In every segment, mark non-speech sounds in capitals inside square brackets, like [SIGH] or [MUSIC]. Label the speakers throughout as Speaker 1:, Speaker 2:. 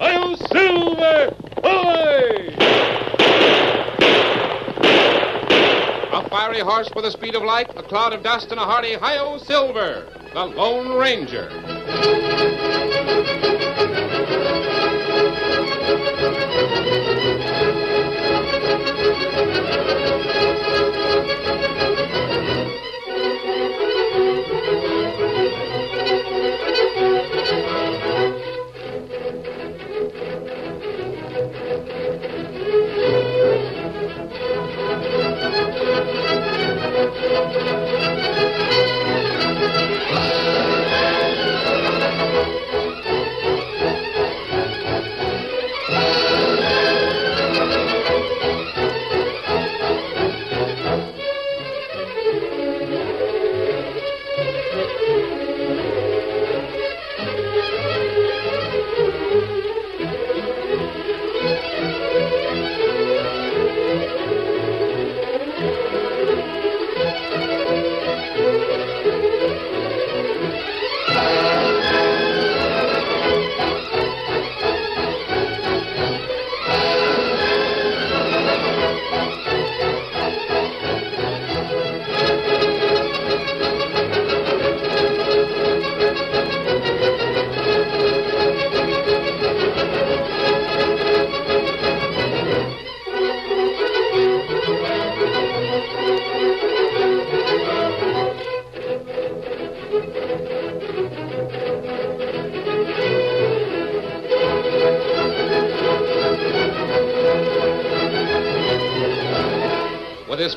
Speaker 1: I'm Silver! Away! A fiery horse with the speed of light, a cloud of dust, and a hearty hi-yo Silver, the Lone Ranger. With his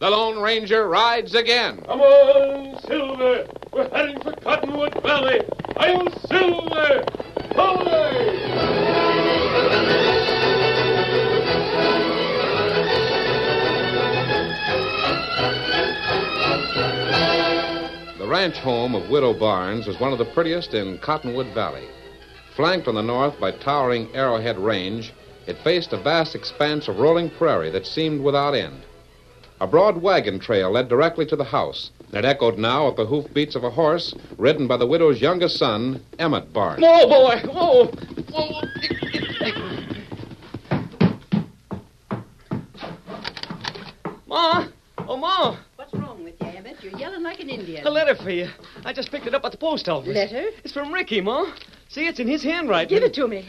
Speaker 1: The Lone Ranger rides again.
Speaker 2: Come on, Silver! We're heading for Cottonwood Valley! I'm Silver! Holy!
Speaker 1: The ranch home of Widow Barnes was one of the prettiest in Cottonwood Valley. Flanked on the north by towering Arrowhead Range, it faced a vast expanse of rolling prairie that seemed without end. A broad wagon trail led directly to the house, and it echoed now with the hoofbeats of a horse ridden by the widow's youngest son, Emmett Barnes.
Speaker 2: Whoa, boy! Whoa! Whoa! Ma! Oh, Ma!
Speaker 3: What's wrong with you, Emmett? You're yelling like an Indian.
Speaker 2: A letter for you. I just picked it up at the post office.
Speaker 3: Letter?
Speaker 2: It's from Ricky, Ma. See, it's in his handwriting.
Speaker 3: Give it to me.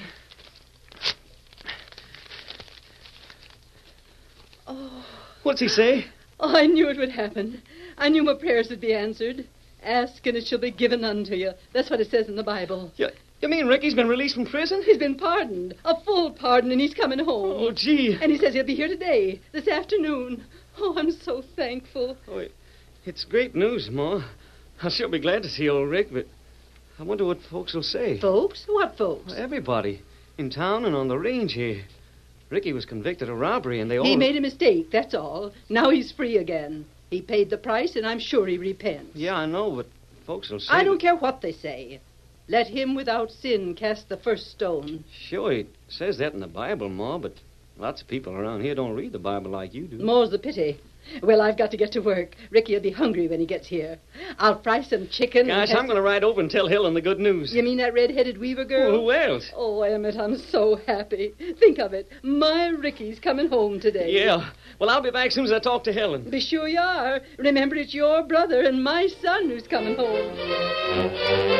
Speaker 2: What's he say?
Speaker 3: Oh, I knew it would happen. I knew my prayers would be answered. Ask and it shall be given unto you. That's what it says in the Bible.
Speaker 2: You, you mean Ricky's been released from prison?
Speaker 3: He's been pardoned, a full pardon, and he's coming home.
Speaker 2: Oh, gee.
Speaker 3: And he says he'll be here today, this afternoon. Oh, I'm so thankful.
Speaker 2: It's great news, Ma. I'll sure be glad to see old Rick, but I wonder what folks will say.
Speaker 3: Folks? What folks?
Speaker 2: Well, everybody. In town and on the range here. Ricky was convicted of robbery, and they all.
Speaker 3: He made a mistake, that's all. Now he's free again. He paid the price, and I'm sure he repents.
Speaker 2: Yeah, I know, but folks will say.
Speaker 3: I don't
Speaker 2: that-
Speaker 3: care what they say. Let him without sin cast the first stone.
Speaker 2: Sure, it says that in the Bible, Ma, but lots of people around here don't read the Bible like you do.
Speaker 3: More's the pity. Well, I've got to get to work. Ricky'll be hungry when he gets here. I'll fry some chicken.
Speaker 2: Gosh,
Speaker 3: and
Speaker 2: I'm going to ride over and tell Helen the good news.
Speaker 3: You mean that red-headed weaver
Speaker 2: Well,
Speaker 3: girl?
Speaker 2: who else?
Speaker 3: Oh, Emmett, I'm so happy. Think of it. My Ricky's coming home today.
Speaker 2: Yeah. Well, I'll be back soon as I talk to Helen.
Speaker 3: Be sure you are. Remember, it's your brother and my son who's coming home.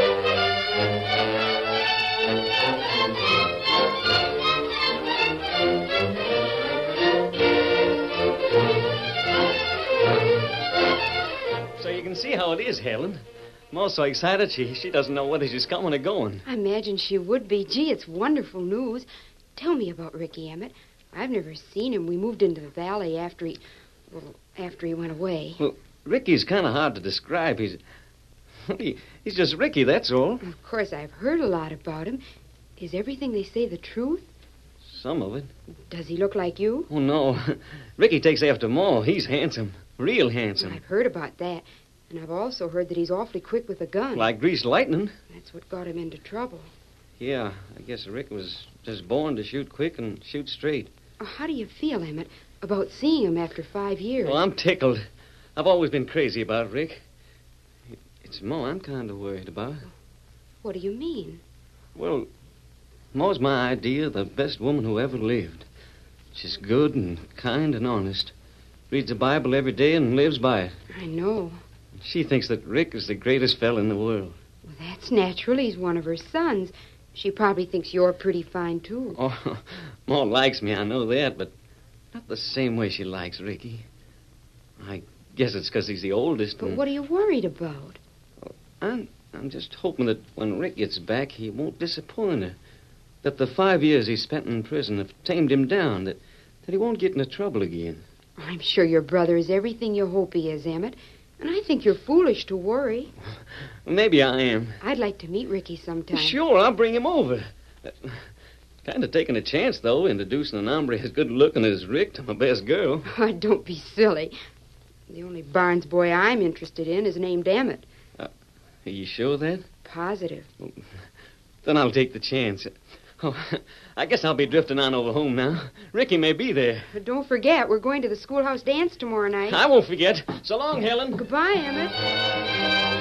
Speaker 2: So you can see how it is, Helen. Ma's so excited she, she doesn't know whether she's coming or going.
Speaker 4: I imagine she would be. Gee, it's wonderful news. Tell me about Ricky Emmett. I've never seen him. We moved into the valley after he, well, after he went away.
Speaker 2: Ricky's kind of hard to describe. He's [LAUGHS] he, he's just Ricky, that's all.
Speaker 4: Of course, I've heard a lot about him. Is everything they say the truth?
Speaker 2: Some of it.
Speaker 4: Does he look like you?
Speaker 2: Oh no, Ricky takes after Ma. He's handsome, real handsome,
Speaker 4: I've heard about that, and I've also heard that he's awfully quick with a gun.
Speaker 2: like greased lightning.
Speaker 4: That's what got him into trouble.
Speaker 2: Yeah, I guess Rick was just born to shoot quick and shoot straight.
Speaker 4: Oh, How do you feel, Emmett, about seeing him after five years?
Speaker 2: Well, I'm tickled. I've always been crazy about Rick. It's Ma I'm kind of worried about.
Speaker 4: What do you mean?
Speaker 2: Well, Ma's my idea of the best woman who ever lived. She's good and kind and honest. Reads the Bible every day and lives by it.
Speaker 4: I know.
Speaker 2: She thinks that Rick is the greatest fella in the world.
Speaker 4: Well, that's natural. He's one of her sons. She probably thinks you're pretty fine, too.
Speaker 2: Oh, [LAUGHS] Ma likes me, I know that, but not the same way she likes Ricky. I guess it's 'cause he's the oldest.
Speaker 4: But
Speaker 2: and
Speaker 4: what are you worried about?
Speaker 2: I'm, I'm just hoping that when Rick gets back, he won't disappoint her. That the five years he spent in prison have tamed him down, that, that he won't get into trouble again.
Speaker 4: I'm sure your brother is everything you hope he is, Emmett. And I think you're foolish to worry.
Speaker 2: Maybe I am.
Speaker 4: I'd like to meet Ricky sometime. [LAUGHS]
Speaker 2: Sure, I'll bring him over. Kind of taking a chance, though, introducing an hombre as good looking as Rick to my best girl.
Speaker 4: Oh, don't be silly. The only Barnes boy I'm interested in is named Emmett.
Speaker 2: Are you sure of that?
Speaker 4: Positive.
Speaker 2: Then I'll take the chance. Oh, I guess I'll be drifting on over home now. Ricky may be there.
Speaker 4: But don't forget, we're going to the schoolhouse dance tomorrow night.
Speaker 2: I won't forget. So long, Helen.
Speaker 4: Goodbye, Emmett.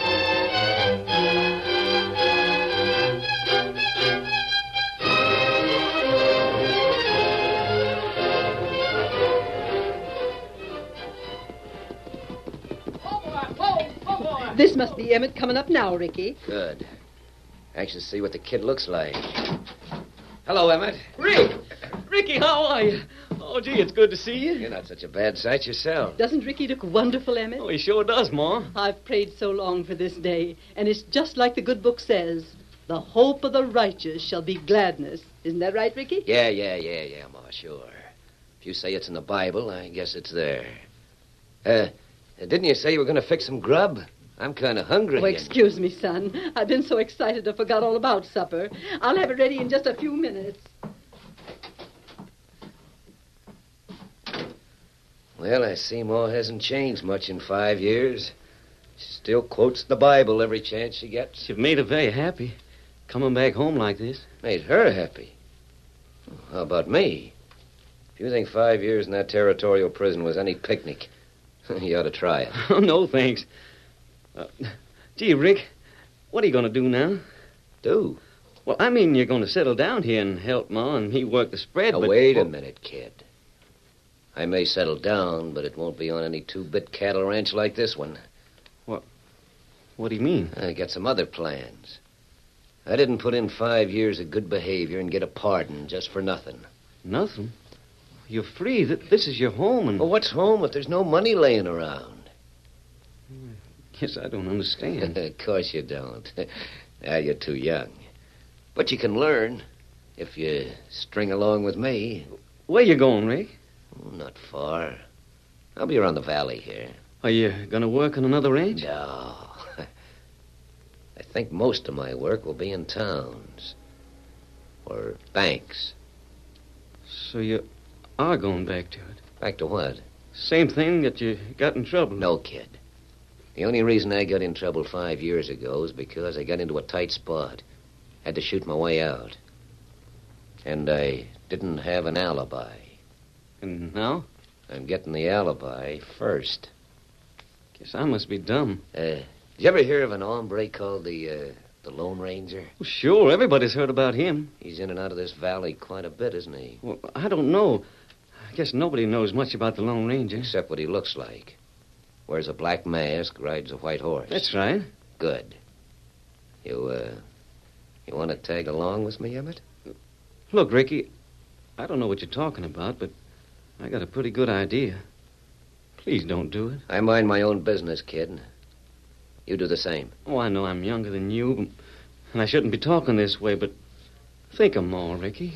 Speaker 3: This must be Emmett coming up now, Ricky.
Speaker 5: Good. Anxious to see what the kid looks like. Hello, Emmett.
Speaker 2: Rick! Ricky, how are you? Oh, gee, it's good to see
Speaker 5: You're
Speaker 2: you.
Speaker 5: not such a bad sight yourself.
Speaker 3: Doesn't Ricky look wonderful, Emmett?
Speaker 2: Oh, he sure does, Ma.
Speaker 3: I've prayed so long for this day, and it's just like the good book says the hope of the righteous shall be gladness. Isn't that right, Ricky?
Speaker 5: Yeah, yeah, yeah, yeah, Ma, sure. If you say it's in the Bible, I guess it's there. Uh, didn't you say you were going to fix some grub? I'm kind of hungry.
Speaker 3: Oh, excuse me, son. I've been so excited I forgot all about supper. I'll have it ready in just a few minutes.
Speaker 5: Well, I see Ma hasn't changed much in five years. She still quotes the Bible every chance she gets.
Speaker 2: You've made her very happy, coming back home like this.
Speaker 5: Made her happy. How about me? If you think five years in that territorial prison was any picnic, [LAUGHS] you ought to try it.
Speaker 2: Oh, [LAUGHS] no, thanks. Uh, gee, Rick, what are you going to do now?
Speaker 5: Do.
Speaker 2: Well, I mean, you're going to settle down here and help Ma and me work the spread.
Speaker 5: Now,
Speaker 2: but-
Speaker 5: wait a minute, kid. I may settle down, but it won't be on any two-bit cattle ranch like this one.
Speaker 2: What do you mean?
Speaker 5: I got some other plans. I didn't put in five years of good behavior and get a pardon just for nothing.
Speaker 2: Nothing. You're free. Th- This is your home, and
Speaker 5: Well, what's home if there's no money laying around?
Speaker 2: yes, I don't understand.
Speaker 5: [LAUGHS] of course you don't. [LAUGHS] now, you're too young. But you can learn if you string along with me.
Speaker 2: Where you going, Rick?
Speaker 5: Not far. I'll be around the valley here.
Speaker 2: Are you going to work on another ranch?
Speaker 5: No. [LAUGHS] I think most of my work will be in towns or banks.
Speaker 2: So you are going back to it.
Speaker 5: Back to what?
Speaker 2: Same thing that you got in trouble.
Speaker 5: No, kid. The only reason I got in trouble five years ago is because I got into a tight spot. Had to shoot my way out. And I didn't have an alibi.
Speaker 2: And now?
Speaker 5: I'm getting the alibi first.
Speaker 2: Guess I must be dumb.
Speaker 5: Uh, did you ever hear of an hombre called the, uh, the Lone Ranger?
Speaker 2: Well, sure, everybody's heard about him.
Speaker 5: He's in and out of this valley quite a bit, isn't he?
Speaker 2: Well, I don't know. I guess nobody knows much about the Lone Ranger.
Speaker 5: Except what he looks like. Wears a black mask, rides a white horse.
Speaker 2: That's right.
Speaker 5: good. You, uh, you want to tag along with me, Emmett?
Speaker 2: Look, Ricky, I don't know what you're talking about, but I got a pretty good idea. Please don't do it.
Speaker 5: I mind my own business, kid. You do the same.
Speaker 2: Oh, I know I'm younger than you, and I shouldn't be talking this way, but think of Ma, Ricky.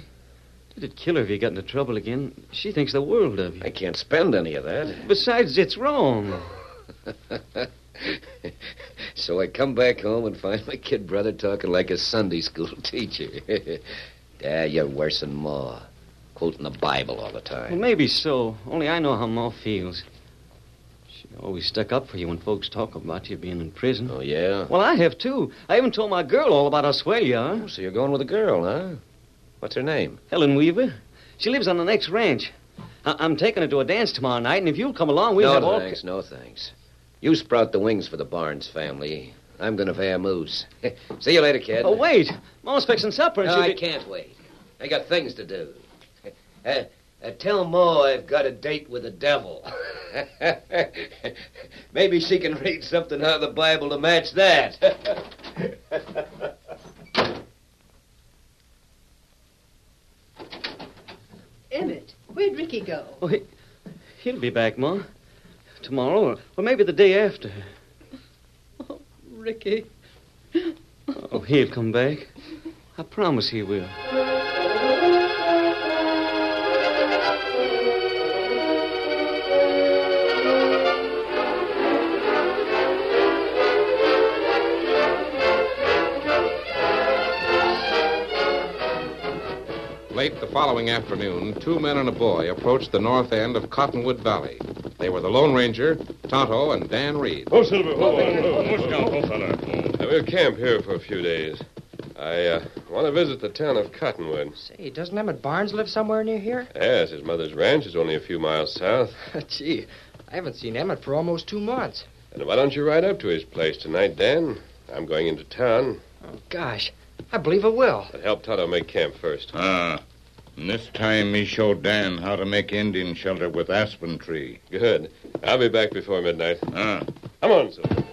Speaker 2: It'd kill her if you got into trouble again. She thinks the world of you.
Speaker 5: I can't spend any of that.
Speaker 2: Besides, it's wrong.
Speaker 5: [LAUGHS] so I come back home and find my kid brother talking like a Sunday school [LAUGHS] teacher. yeah, you're worse than Ma. Quoting the Bible all the
Speaker 2: Well,
Speaker 5: time.
Speaker 2: maybe so. Only I know how Ma feels. She always stuck up for you when folks talk about you being in prison.
Speaker 5: Oh, yeah?
Speaker 2: Well, I have too. I even told my girl all about us where you are.
Speaker 5: So you're going with a girl, huh? What's her name?
Speaker 2: Helen Weaver. She lives on the next ranch. I- I'm taking her to a dance tomorrow night, and if you'll come along, we'll
Speaker 5: no
Speaker 2: have all.
Speaker 5: thanks, no thanks. You sprout the wings for the Barnes family. I'm going to fair moose. [LAUGHS] See you later, kid.
Speaker 2: Oh, wait. Ma's fixing supper, and
Speaker 5: No,
Speaker 2: she'll
Speaker 5: I
Speaker 2: be-
Speaker 5: can't wait. I got things to do. [LAUGHS] Uh, uh, tell Mo I've got a date with the devil. [LAUGHS] Maybe she can read something out of the Bible to match that.
Speaker 3: Emmett, where'd Ricky go?
Speaker 2: Oh, he- [LAUGHS] he'll be back, Ma. Tomorrow, or, or maybe the day after.
Speaker 3: Ricky.
Speaker 2: Oh, he'll come back. I promise he will.
Speaker 6: Late the following afternoon, two men and a boy approached the north end of Cottonwood Valley. They were the Lone Ranger, Tonto, and Dan Reed.
Speaker 1: Oh, Silver, oh, We'll camp here for a few days. I uh, want to visit the town of Cottonwood.
Speaker 7: Say, doesn't Emmett Barnes live somewhere near here?
Speaker 1: Yes, his mother's ranch is only a few miles south.
Speaker 7: [LAUGHS] Gee, I haven't seen Emmett for almost two months.
Speaker 1: And why don't you ride up to his place tonight, Dan? I'm going into town.
Speaker 7: Oh, Gosh, I believe I will.
Speaker 1: But help Tonto make camp first.
Speaker 8: Ah. And this time he showed Dan how to make Indian shelter with aspen tree.
Speaker 1: Good. I'll be back before midnight.
Speaker 8: Ah.
Speaker 1: Come on, Silver.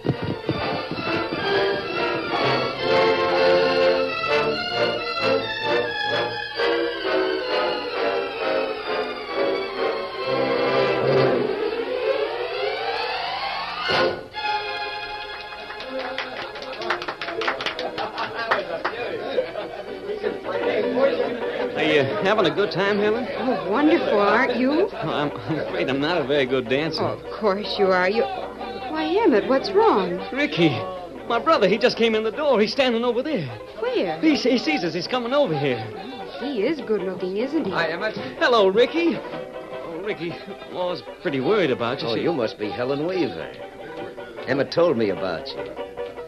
Speaker 2: Are you having a good time, Helen?
Speaker 4: Oh, wonderful, aren't you?
Speaker 2: Oh, I'm I'm afraid I'm not a very good dancer.
Speaker 4: Oh, of course you are. You. Why, Emmett, what's wrong?
Speaker 2: Ricky, my brother, he just came in the door. He's standing over there.
Speaker 4: Where?
Speaker 2: He, he sees us. He's coming over here.
Speaker 4: He is good looking, isn't he?
Speaker 7: Emmett.
Speaker 2: Hello, Ricky. Oh, Ricky, Ma's pretty worried about you.
Speaker 5: Oh,
Speaker 2: She-
Speaker 5: you must be Helen Weaver. Emma told me about you.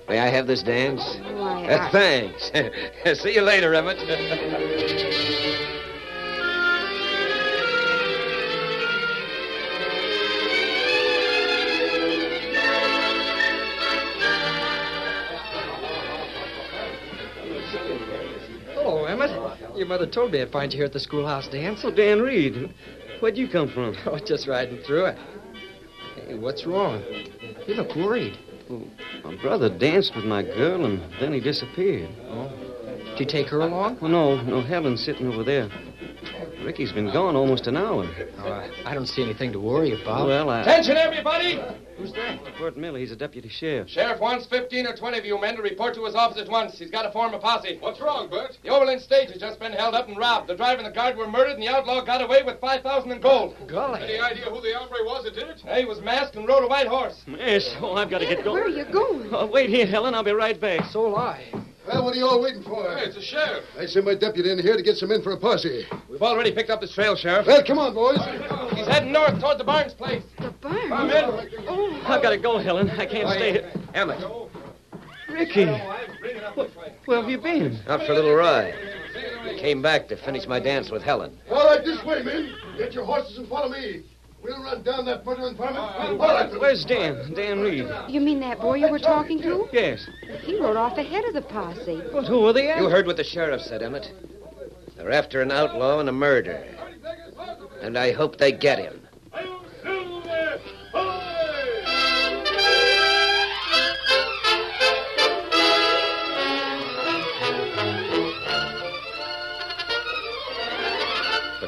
Speaker 5: May I have this dance?
Speaker 4: Why,
Speaker 5: Uh,
Speaker 4: I...
Speaker 5: [LAUGHS] thanks. See you later, Emmett.
Speaker 7: Hello, Oh, Emmett. Your mother told me I'd find you here at the schoolhouse dance.
Speaker 2: Oh, Dan Reed. Where'd you come from?
Speaker 7: [LAUGHS] Oh, just riding through it. Hey, what's wrong? You look worried.
Speaker 2: My brother danced with my girl, and then he disappeared.
Speaker 7: Did you take her along?
Speaker 2: Well, Oh, no, no, Helen's sitting over there. Ricky's been gone almost an hour.
Speaker 7: Uh, I don't see anything to worry about.
Speaker 2: Well, I...
Speaker 6: Attention, everybody!
Speaker 7: who's that?
Speaker 2: Bert Miller, he's a deputy sheriff.
Speaker 6: Sheriff wants 15 or 20 of you men to report to his office at once. He's got to form a posse. What's wrong, Bert? The Overland stage has just been held up and robbed. The driver and the guard were murdered, and the outlaw got away with 5,000 in gold.
Speaker 7: Golly.
Speaker 6: idea who the hombre was that did it? He was masked and rode a white horse.
Speaker 2: Yes, oh, I've got to get
Speaker 4: Where are
Speaker 2: going.
Speaker 4: you going?
Speaker 2: Oh, wait here, Helen. I'll be right back.
Speaker 7: So will I.
Speaker 9: Well, what are you all waiting for?
Speaker 6: Hey, [LAUGHS] it's a sheriff.
Speaker 9: I sent my deputy in here to get some in for a posse.
Speaker 6: We've already picked up this trail, Sheriff.
Speaker 9: Well, come on, boys.
Speaker 6: He's heading north toward the Barnes place.
Speaker 4: The barn.
Speaker 2: I've got to go, Helen. I can't stay here.
Speaker 5: Emmett,
Speaker 2: Ricky, where have you been?
Speaker 5: out for a little ride. Came back to finish my dance with Helen.
Speaker 9: All right, this way, men. Get your horses and follow me. We'll run down that murdering varmint. all right,
Speaker 2: Where's Dan? Dan Reed.
Speaker 4: You mean that boy you were talking to?
Speaker 2: Yes.
Speaker 4: He rode off ahead of the posse.
Speaker 2: But who are they?
Speaker 5: You heard what the sheriff said, Emmett. They're after an outlaw and a murder. And I hope they get him.
Speaker 1: I'll Silver! Hoy!
Speaker 6: The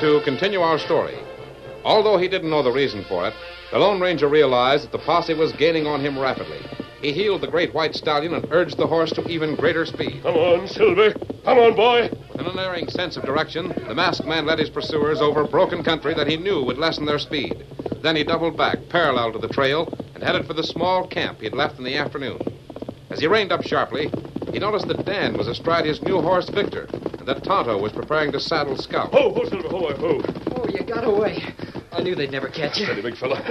Speaker 10: to continue our story. Although he didn't know the reason for it, the Lone Ranger realized that the posse was gaining on him rapidly. He heeled the great white stallion and urged the horse to even greater speed.
Speaker 11: Come on, Silver. Come on, boy.
Speaker 10: An unerring sense of direction, the masked man led his pursuers over broken country that he knew would lessen their speed. Then he doubled back, parallel to the trail, and headed for the small camp he'd left in the afternoon. As he reined up sharply, he noticed that Dan was astride his new horse, Victor, and that Tonto was preparing to saddle Scout.
Speaker 11: Ho, ho, Silver, ho, ho.
Speaker 6: Oh, you got away. I knew they'd never catch you.
Speaker 1: Steady, big fella.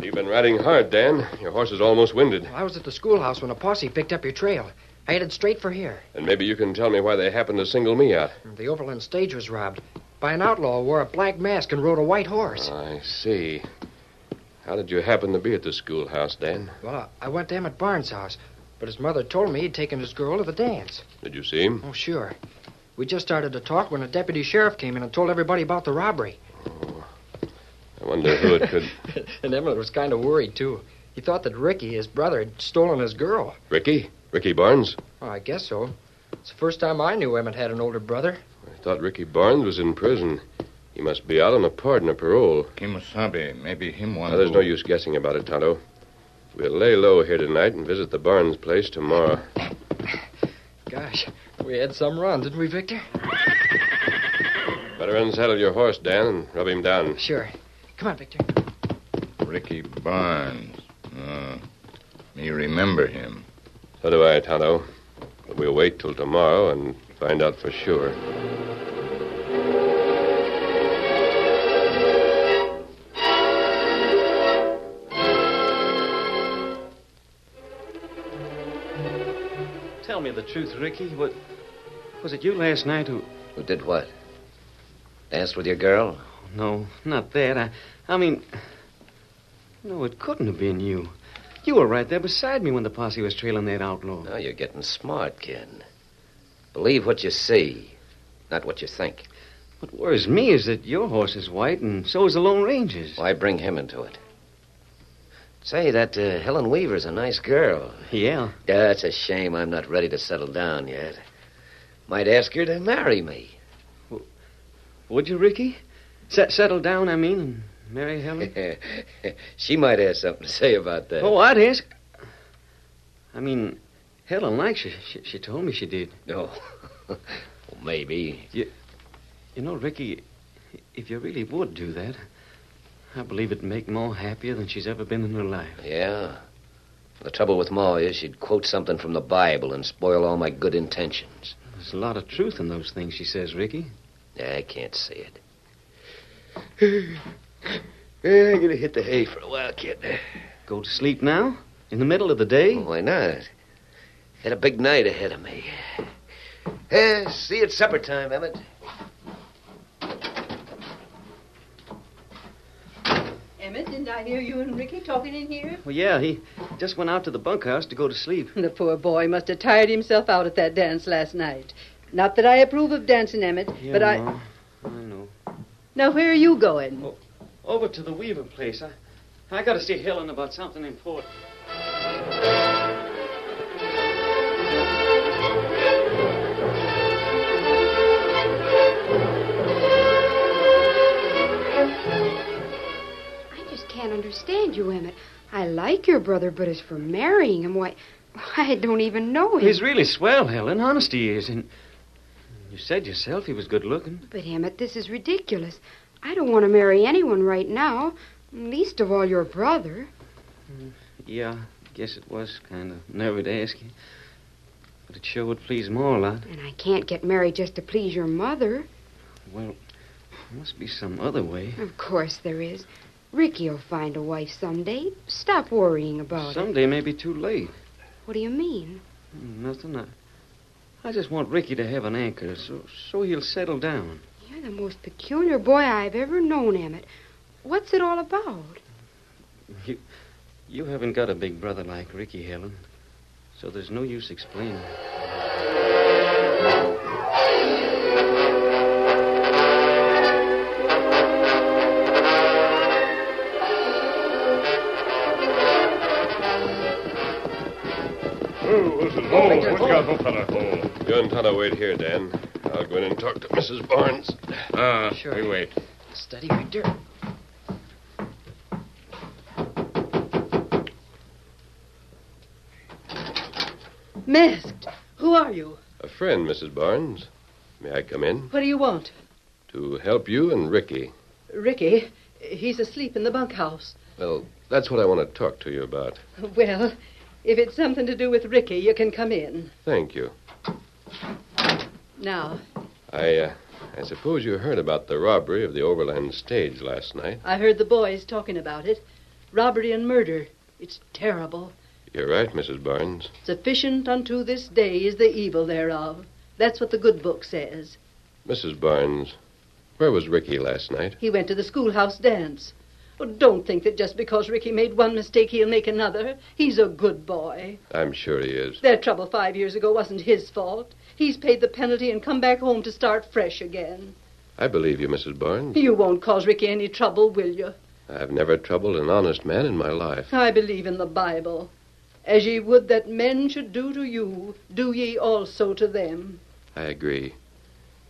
Speaker 1: You've been riding hard, Dan. Your horse is almost winded.
Speaker 6: I was at the schoolhouse when a posse picked up your trail. I headed straight for here.
Speaker 1: And maybe you can tell me why they happened to single me out.
Speaker 6: The Overland stage was robbed by an outlaw who wore a black mask and rode a white horse.
Speaker 1: I see. How did you happen to be at the schoolhouse, Dan?
Speaker 6: Well, I I went to Emmett Barnes' house, but his mother told me he'd taken his girl to the dance.
Speaker 1: Did you see him?
Speaker 6: Oh, sure. We just started to talk when a deputy sheriff came in and told everybody about the robbery.
Speaker 1: I wonder who it could.
Speaker 6: and Emmett was kind of worried, too. He thought that Ricky, his brother, had stolen his girl.
Speaker 1: [LAUGHS] Ricky? Ricky Barnes?
Speaker 6: Well, I guess so. It's the first time I knew Emmett had an older brother.
Speaker 1: I thought Ricky Barnes was in prison. He must be out on a pardon or parole.
Speaker 12: Kimasabe, maybe him one.
Speaker 1: Now, there's
Speaker 12: who-
Speaker 1: no use guessing about it, Tonto. We'll lay low here tonight and visit the Barnes place tomorrow.
Speaker 6: Gosh, we had some run, didn't we, Victor?
Speaker 1: Better unsaddle your horse, Dan, and rub him down.
Speaker 6: Sure. Come on, Victor.
Speaker 12: Ricky Barnes. Uh, me remember him.
Speaker 1: So do I, Tonto. But we'll wait till tomorrow and find out for sure.
Speaker 2: Tell me the truth, Ricky. What was it you last night who
Speaker 5: Who did what? Danced with your girl?
Speaker 2: No, not that. I I mean No, it couldn't have been you. You were right there beside me when the posse was trailing that outlaw.
Speaker 5: Now you're getting smart, kid. Believe what you see, not what you think.
Speaker 2: What worries me is that your horse is white and so is the Lone Ranger's.
Speaker 5: Why bring him into it? Say, that uh, Helen Weaver's a nice girl.
Speaker 2: Yeah.
Speaker 5: Yeah, it's a shame I'm not ready to settle down yet. Might ask her to marry me. [LAUGHS]
Speaker 2: Would you, Ricky? Set settle down, I mean, and marry
Speaker 5: Eh,
Speaker 2: Helen?
Speaker 5: she might have something to say about that.
Speaker 2: Oh, I'd ask. I mean, Helen likes you. She, she told me she did.
Speaker 5: No. [LAUGHS] well, maybe.
Speaker 2: You, you know, Ricky, if you really would do that, I believe it'd make Ma happier than she's ever been in her life.
Speaker 5: Yeah. The trouble with Ma is she'd quote something from the Bible and spoil all my good intentions.
Speaker 2: There's a lot of truth in those things she says, Ricky.
Speaker 5: I can't see it. Yeah, I'm gonna hit the hay for Eh, a while, kid.
Speaker 2: Go to sleep now? In the middle of the day?
Speaker 5: Why not? Had a big night ahead of me. Eh, see you at supper time, Emmett.
Speaker 3: Emmett, didn't I hear you and Ricky talking in here?
Speaker 2: Well, yeah, he just went out to the bunkhouse to go to sleep.
Speaker 3: The poor boy must have tired himself out at that dance last night. Not that I approve of dancing, Emmett,
Speaker 2: Yeah,
Speaker 3: but I.
Speaker 2: Ma, I know.
Speaker 3: Now, where are you going?
Speaker 2: Over to the Weaver place. I, I gotta see Helen about something important.
Speaker 4: I just can't understand you, Emmett. I like your brother, but as for marrying him, why, I don't even know him.
Speaker 2: He's really swell, Helen. Honest he is. And you said yourself he was good looking.
Speaker 4: But, Emmett, this is ridiculous. I don't want to marry anyone right now, least of all your brother.
Speaker 2: Yeah, guess it was kind of nervy to ask you. But it sure would please Ma a lot.
Speaker 4: And I can't get married just to please your mother.
Speaker 2: Well, there must be some other way.
Speaker 4: Of course there is. Ricky'll find a wife someday. Stop worrying about it.
Speaker 2: Someday may be too late.
Speaker 4: What do you mean?
Speaker 2: Nothing. I, I just want Ricky to have an anchor so, so he'll settle down.
Speaker 4: You're the most peculiar boy I've ever known, Emmett. What's it all about?
Speaker 2: You, you haven't got a big brother like Ricky, Helen. So there's no use explaining.
Speaker 11: Oh, whistle. Oh, what you got, old fella?
Speaker 12: Oh,
Speaker 1: You and Tonto wait here, Dan. I'll I'll go in and talk to Mrs. Barnes.
Speaker 12: Ah, we wait.
Speaker 6: Steady, Victor.
Speaker 3: Masked. Who are you?
Speaker 1: A friend, Mrs. Barnes. May I come in?
Speaker 3: What do you want?
Speaker 1: To help you and Ricky.
Speaker 3: Ricky, he's asleep in the bunkhouse.
Speaker 1: Well, that's what I want to talk to you about.
Speaker 3: Well, if it's something to do with Ricky, you can come in.
Speaker 1: Thank you.
Speaker 3: Now,
Speaker 1: I, uh, I suppose you heard about the robbery of the Overland stage last night.
Speaker 3: I heard the boys talking about it. Robbery and murder. It's terrible.
Speaker 1: You're right, Mrs. Barnes.
Speaker 3: Sufficient unto this day is the evil thereof. That's what the good book says.
Speaker 1: Mrs. Barnes, where was Ricky last night?
Speaker 3: He went to the schoolhouse dance. Oh, don't think that just because Ricky made one mistake, he'll make another. He's a good boy.
Speaker 1: I'm sure he is.
Speaker 3: Their trouble five years ago wasn't his fault. He's paid the penalty and come back home to start fresh again.
Speaker 1: I believe you, Mrs. Barnes.
Speaker 3: You won't cause Ricky any trouble, will you?
Speaker 1: I've never troubled an honest man in my life.
Speaker 3: I believe in the Bible. As ye would that men should do to you, do ye also to them.
Speaker 1: I agree.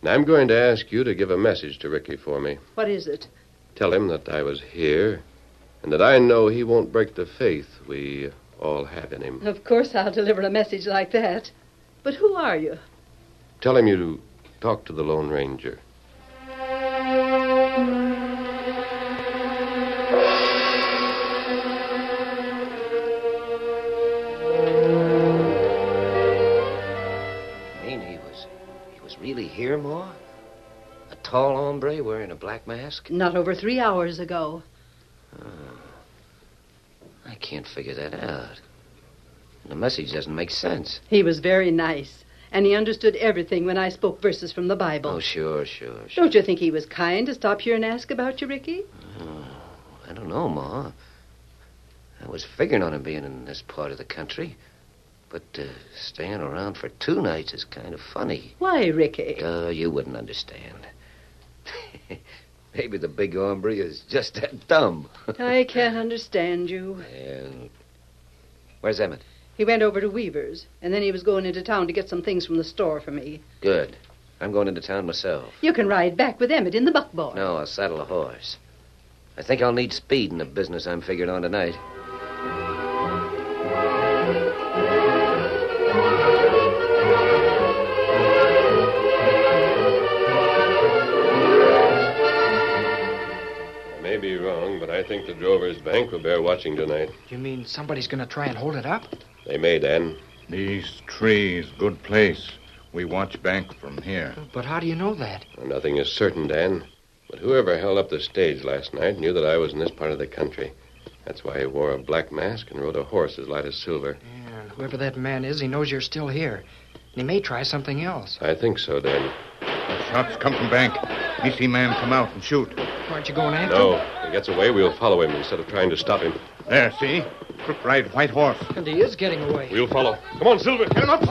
Speaker 1: And I'm going to ask you to give a message to Ricky for me.
Speaker 3: What is it?
Speaker 1: Tell him that I was here and that I know he won't break the faith we all have in him.
Speaker 3: Of course, I'll deliver a message like that. But who are you?
Speaker 1: Tell him you talked to the Lone Ranger.
Speaker 5: I mean, he was, he was really here, Ma? A tall hombre wearing a black mask?
Speaker 3: Not over three hours ago.
Speaker 5: I can't figure that out. The message doesn't make sense.
Speaker 3: He was very nice, and he understood everything when I spoke verses from the Bible.
Speaker 5: Oh, sure, sure, sure.
Speaker 3: Don't you think he was kind to stop here and ask about you, Ricky?
Speaker 5: Oh, I don't know, Ma. I was figuring on him being in this part of the country, but uh, staying around for two nights is kind of funny.
Speaker 3: Why,
Speaker 5: [LAUGHS]
Speaker 3: Ricky?
Speaker 5: Oh, you wouldn't understand. [LAUGHS] Maybe the big hombre is just that dumb.
Speaker 3: I can't understand you.
Speaker 5: And where's Emmett?
Speaker 3: He went over to Weaver's, and then he was going into town to get some things from the store for me.
Speaker 5: Good. I'm going into town myself.
Speaker 3: You can ride back with Emmett in the buckboard.
Speaker 5: No, I'll saddle a horse. I think I'll need speed in the business I'm figured on tonight.
Speaker 1: I may be wrong, but I think the Drovers Bank will bear watching tonight.
Speaker 6: You mean somebody's going to try and hold it up?
Speaker 1: They may, Dan.
Speaker 12: These trees, good place. We watch bank from here.
Speaker 6: But how do you know that?
Speaker 1: Nothing is certain, Dan. But whoever held up the stage last night knew that I was in this part of the country. That's why he wore a black mask and rode a horse as light as silver.
Speaker 6: Yeah, and whoever that man is, he knows you're still here. And he may try something else.
Speaker 1: I think so, Dan.
Speaker 12: Shots come from bank. Me see man come out and shoot.
Speaker 6: Aren't you going after
Speaker 1: No. If he gets away, we'll follow him instead of trying to stop him.
Speaker 12: There, see? Crook ride white horse.
Speaker 6: him? And he is getting away.
Speaker 1: We'll follow.
Speaker 12: Come on, Silver. Get him up.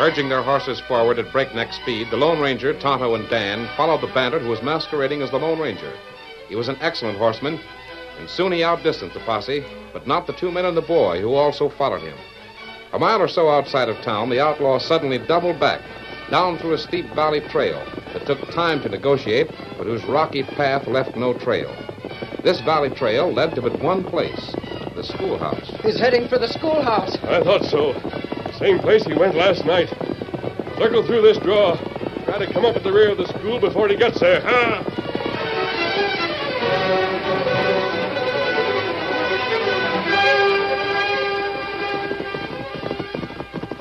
Speaker 10: Urging their horses forward at breakneck speed, the Lone Ranger, Tonto, and Dan followed the bandit who was masquerading as the Lone Ranger. He was an excellent horseman, and soon he outdistanced the posse, but not the two men and the boy who also followed him. A mile or so outside of town, the outlaw suddenly doubled back, down through a steep valley trail that took time to negotiate, but whose rocky path left no trail. This valley trail led to but one place the schoolhouse.
Speaker 6: He's heading for the schoolhouse.
Speaker 1: I thought so. Same place he went last night. Circle through this draw. Try to come up at the rear of the school before he gets there.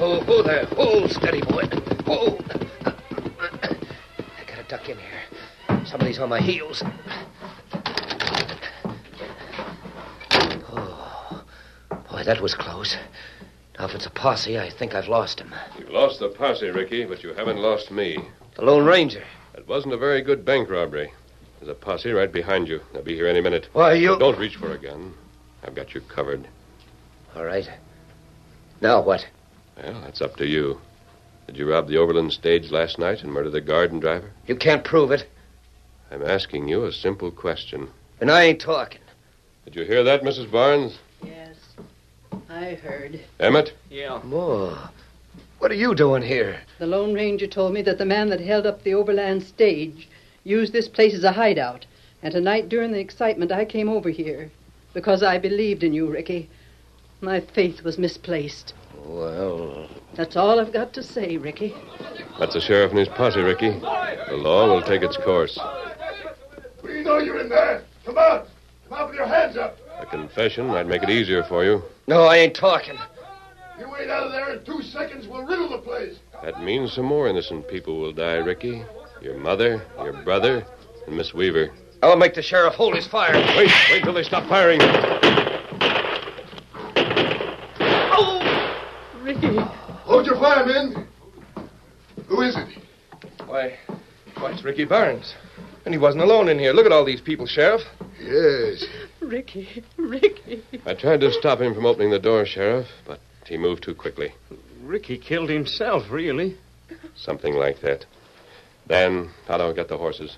Speaker 5: Oh, oh there. Oh, steady, boy. Oh. I gotta duck in here. Somebody's on my heels. Oh, boy, that was close. Now, if it's a posse, I think I've lost him.
Speaker 1: You've lost the posse, Ricky, but you haven't lost me.
Speaker 5: The Lone Ranger.
Speaker 1: It wasn't a very good bank robbery. There's a posse right behind you. They'll be here any minute.
Speaker 5: Why, you.
Speaker 1: Don't reach for a gun. I've got you covered.
Speaker 5: All right. Now what?
Speaker 1: Well, that's up to you. Did you rob the Overland stage last night and murder the guard and driver?
Speaker 5: You can't prove it,
Speaker 1: I'm asking you a simple question.
Speaker 5: and I ain't talking.
Speaker 1: Did you hear that, Mrs. Barnes?
Speaker 3: Yes. I heard.
Speaker 1: Emmett?
Speaker 3: Yeah.
Speaker 5: More. What are you doing here?
Speaker 3: The Lone Ranger told me that the man that held up the Overland stage used this place as a hideout. And tonight, during the excitement, I came over here because I believed in you, Ricky. My faith was misplaced.
Speaker 1: Well.
Speaker 3: That's all I've got to say, Ricky.
Speaker 1: That's the sheriff and his posse, Ricky. The law will take its course.
Speaker 13: We know you're in there. Come out. Come out with your hands up.
Speaker 1: A confession might make it easier for you.
Speaker 5: No, I ain't talking.
Speaker 13: You wait out of there in two seconds, we'll riddle the place.
Speaker 1: That means some more innocent people will die, Ricky. Your mother, your brother, and Miss Weaver.
Speaker 5: I'll make the sheriff hold his fire.
Speaker 1: Wait, wait till they stop firing.
Speaker 3: Ricky.
Speaker 13: Hold your fire, men. Who is it?
Speaker 14: Why, why, it's Ricky Barnes. And he wasn't alone in here. Look at all these people, Sheriff.
Speaker 1: Yes.
Speaker 3: Ricky. Ricky.
Speaker 1: I tried to stop him from opening the door, Sheriff, but he moved too quickly.
Speaker 2: Ricky killed himself, really.
Speaker 1: Something like that. Dan, Tonto, get the horses.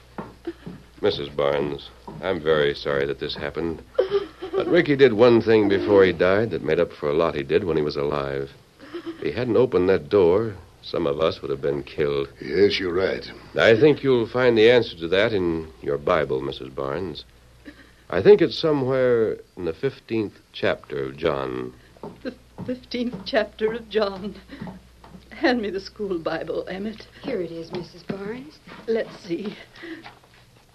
Speaker 1: Mrs. Barnes, I'm very sorry that this happened. But Ricky did one thing before he died that made up for a lot he did when he was alive. If he hadn't opened that door, some of us would have been killed.
Speaker 13: Yes, you're right.
Speaker 1: I think you'll find the answer to that in your Bible, Mrs. Barnes. I think it's somewhere in the 15th chapter of John.
Speaker 3: The 15th chapter of John. Hand me the school Bible, Emmett.
Speaker 4: Here it is, Mrs. Barnes.
Speaker 3: Let's see.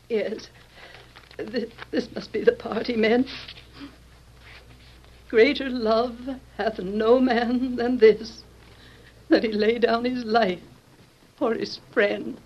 Speaker 3: Yes. This, this must be the part he meant. Greater love hath no man than this, that he lay down his life for his friend.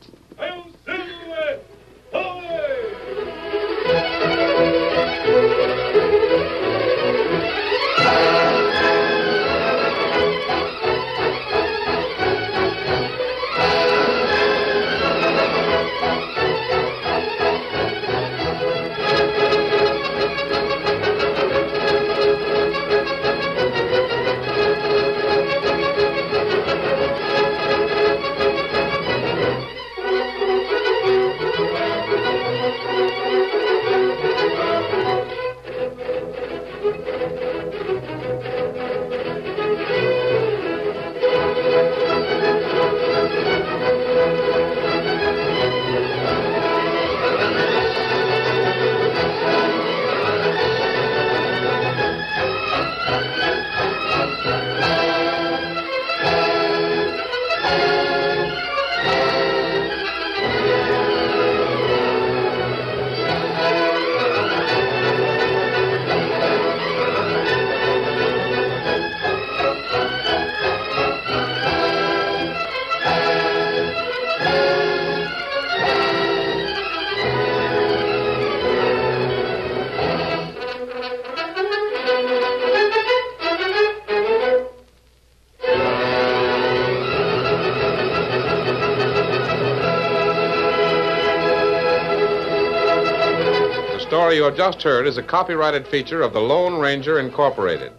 Speaker 10: The story you have just heard is a copyrighted feature of the Lone Ranger Incorporated.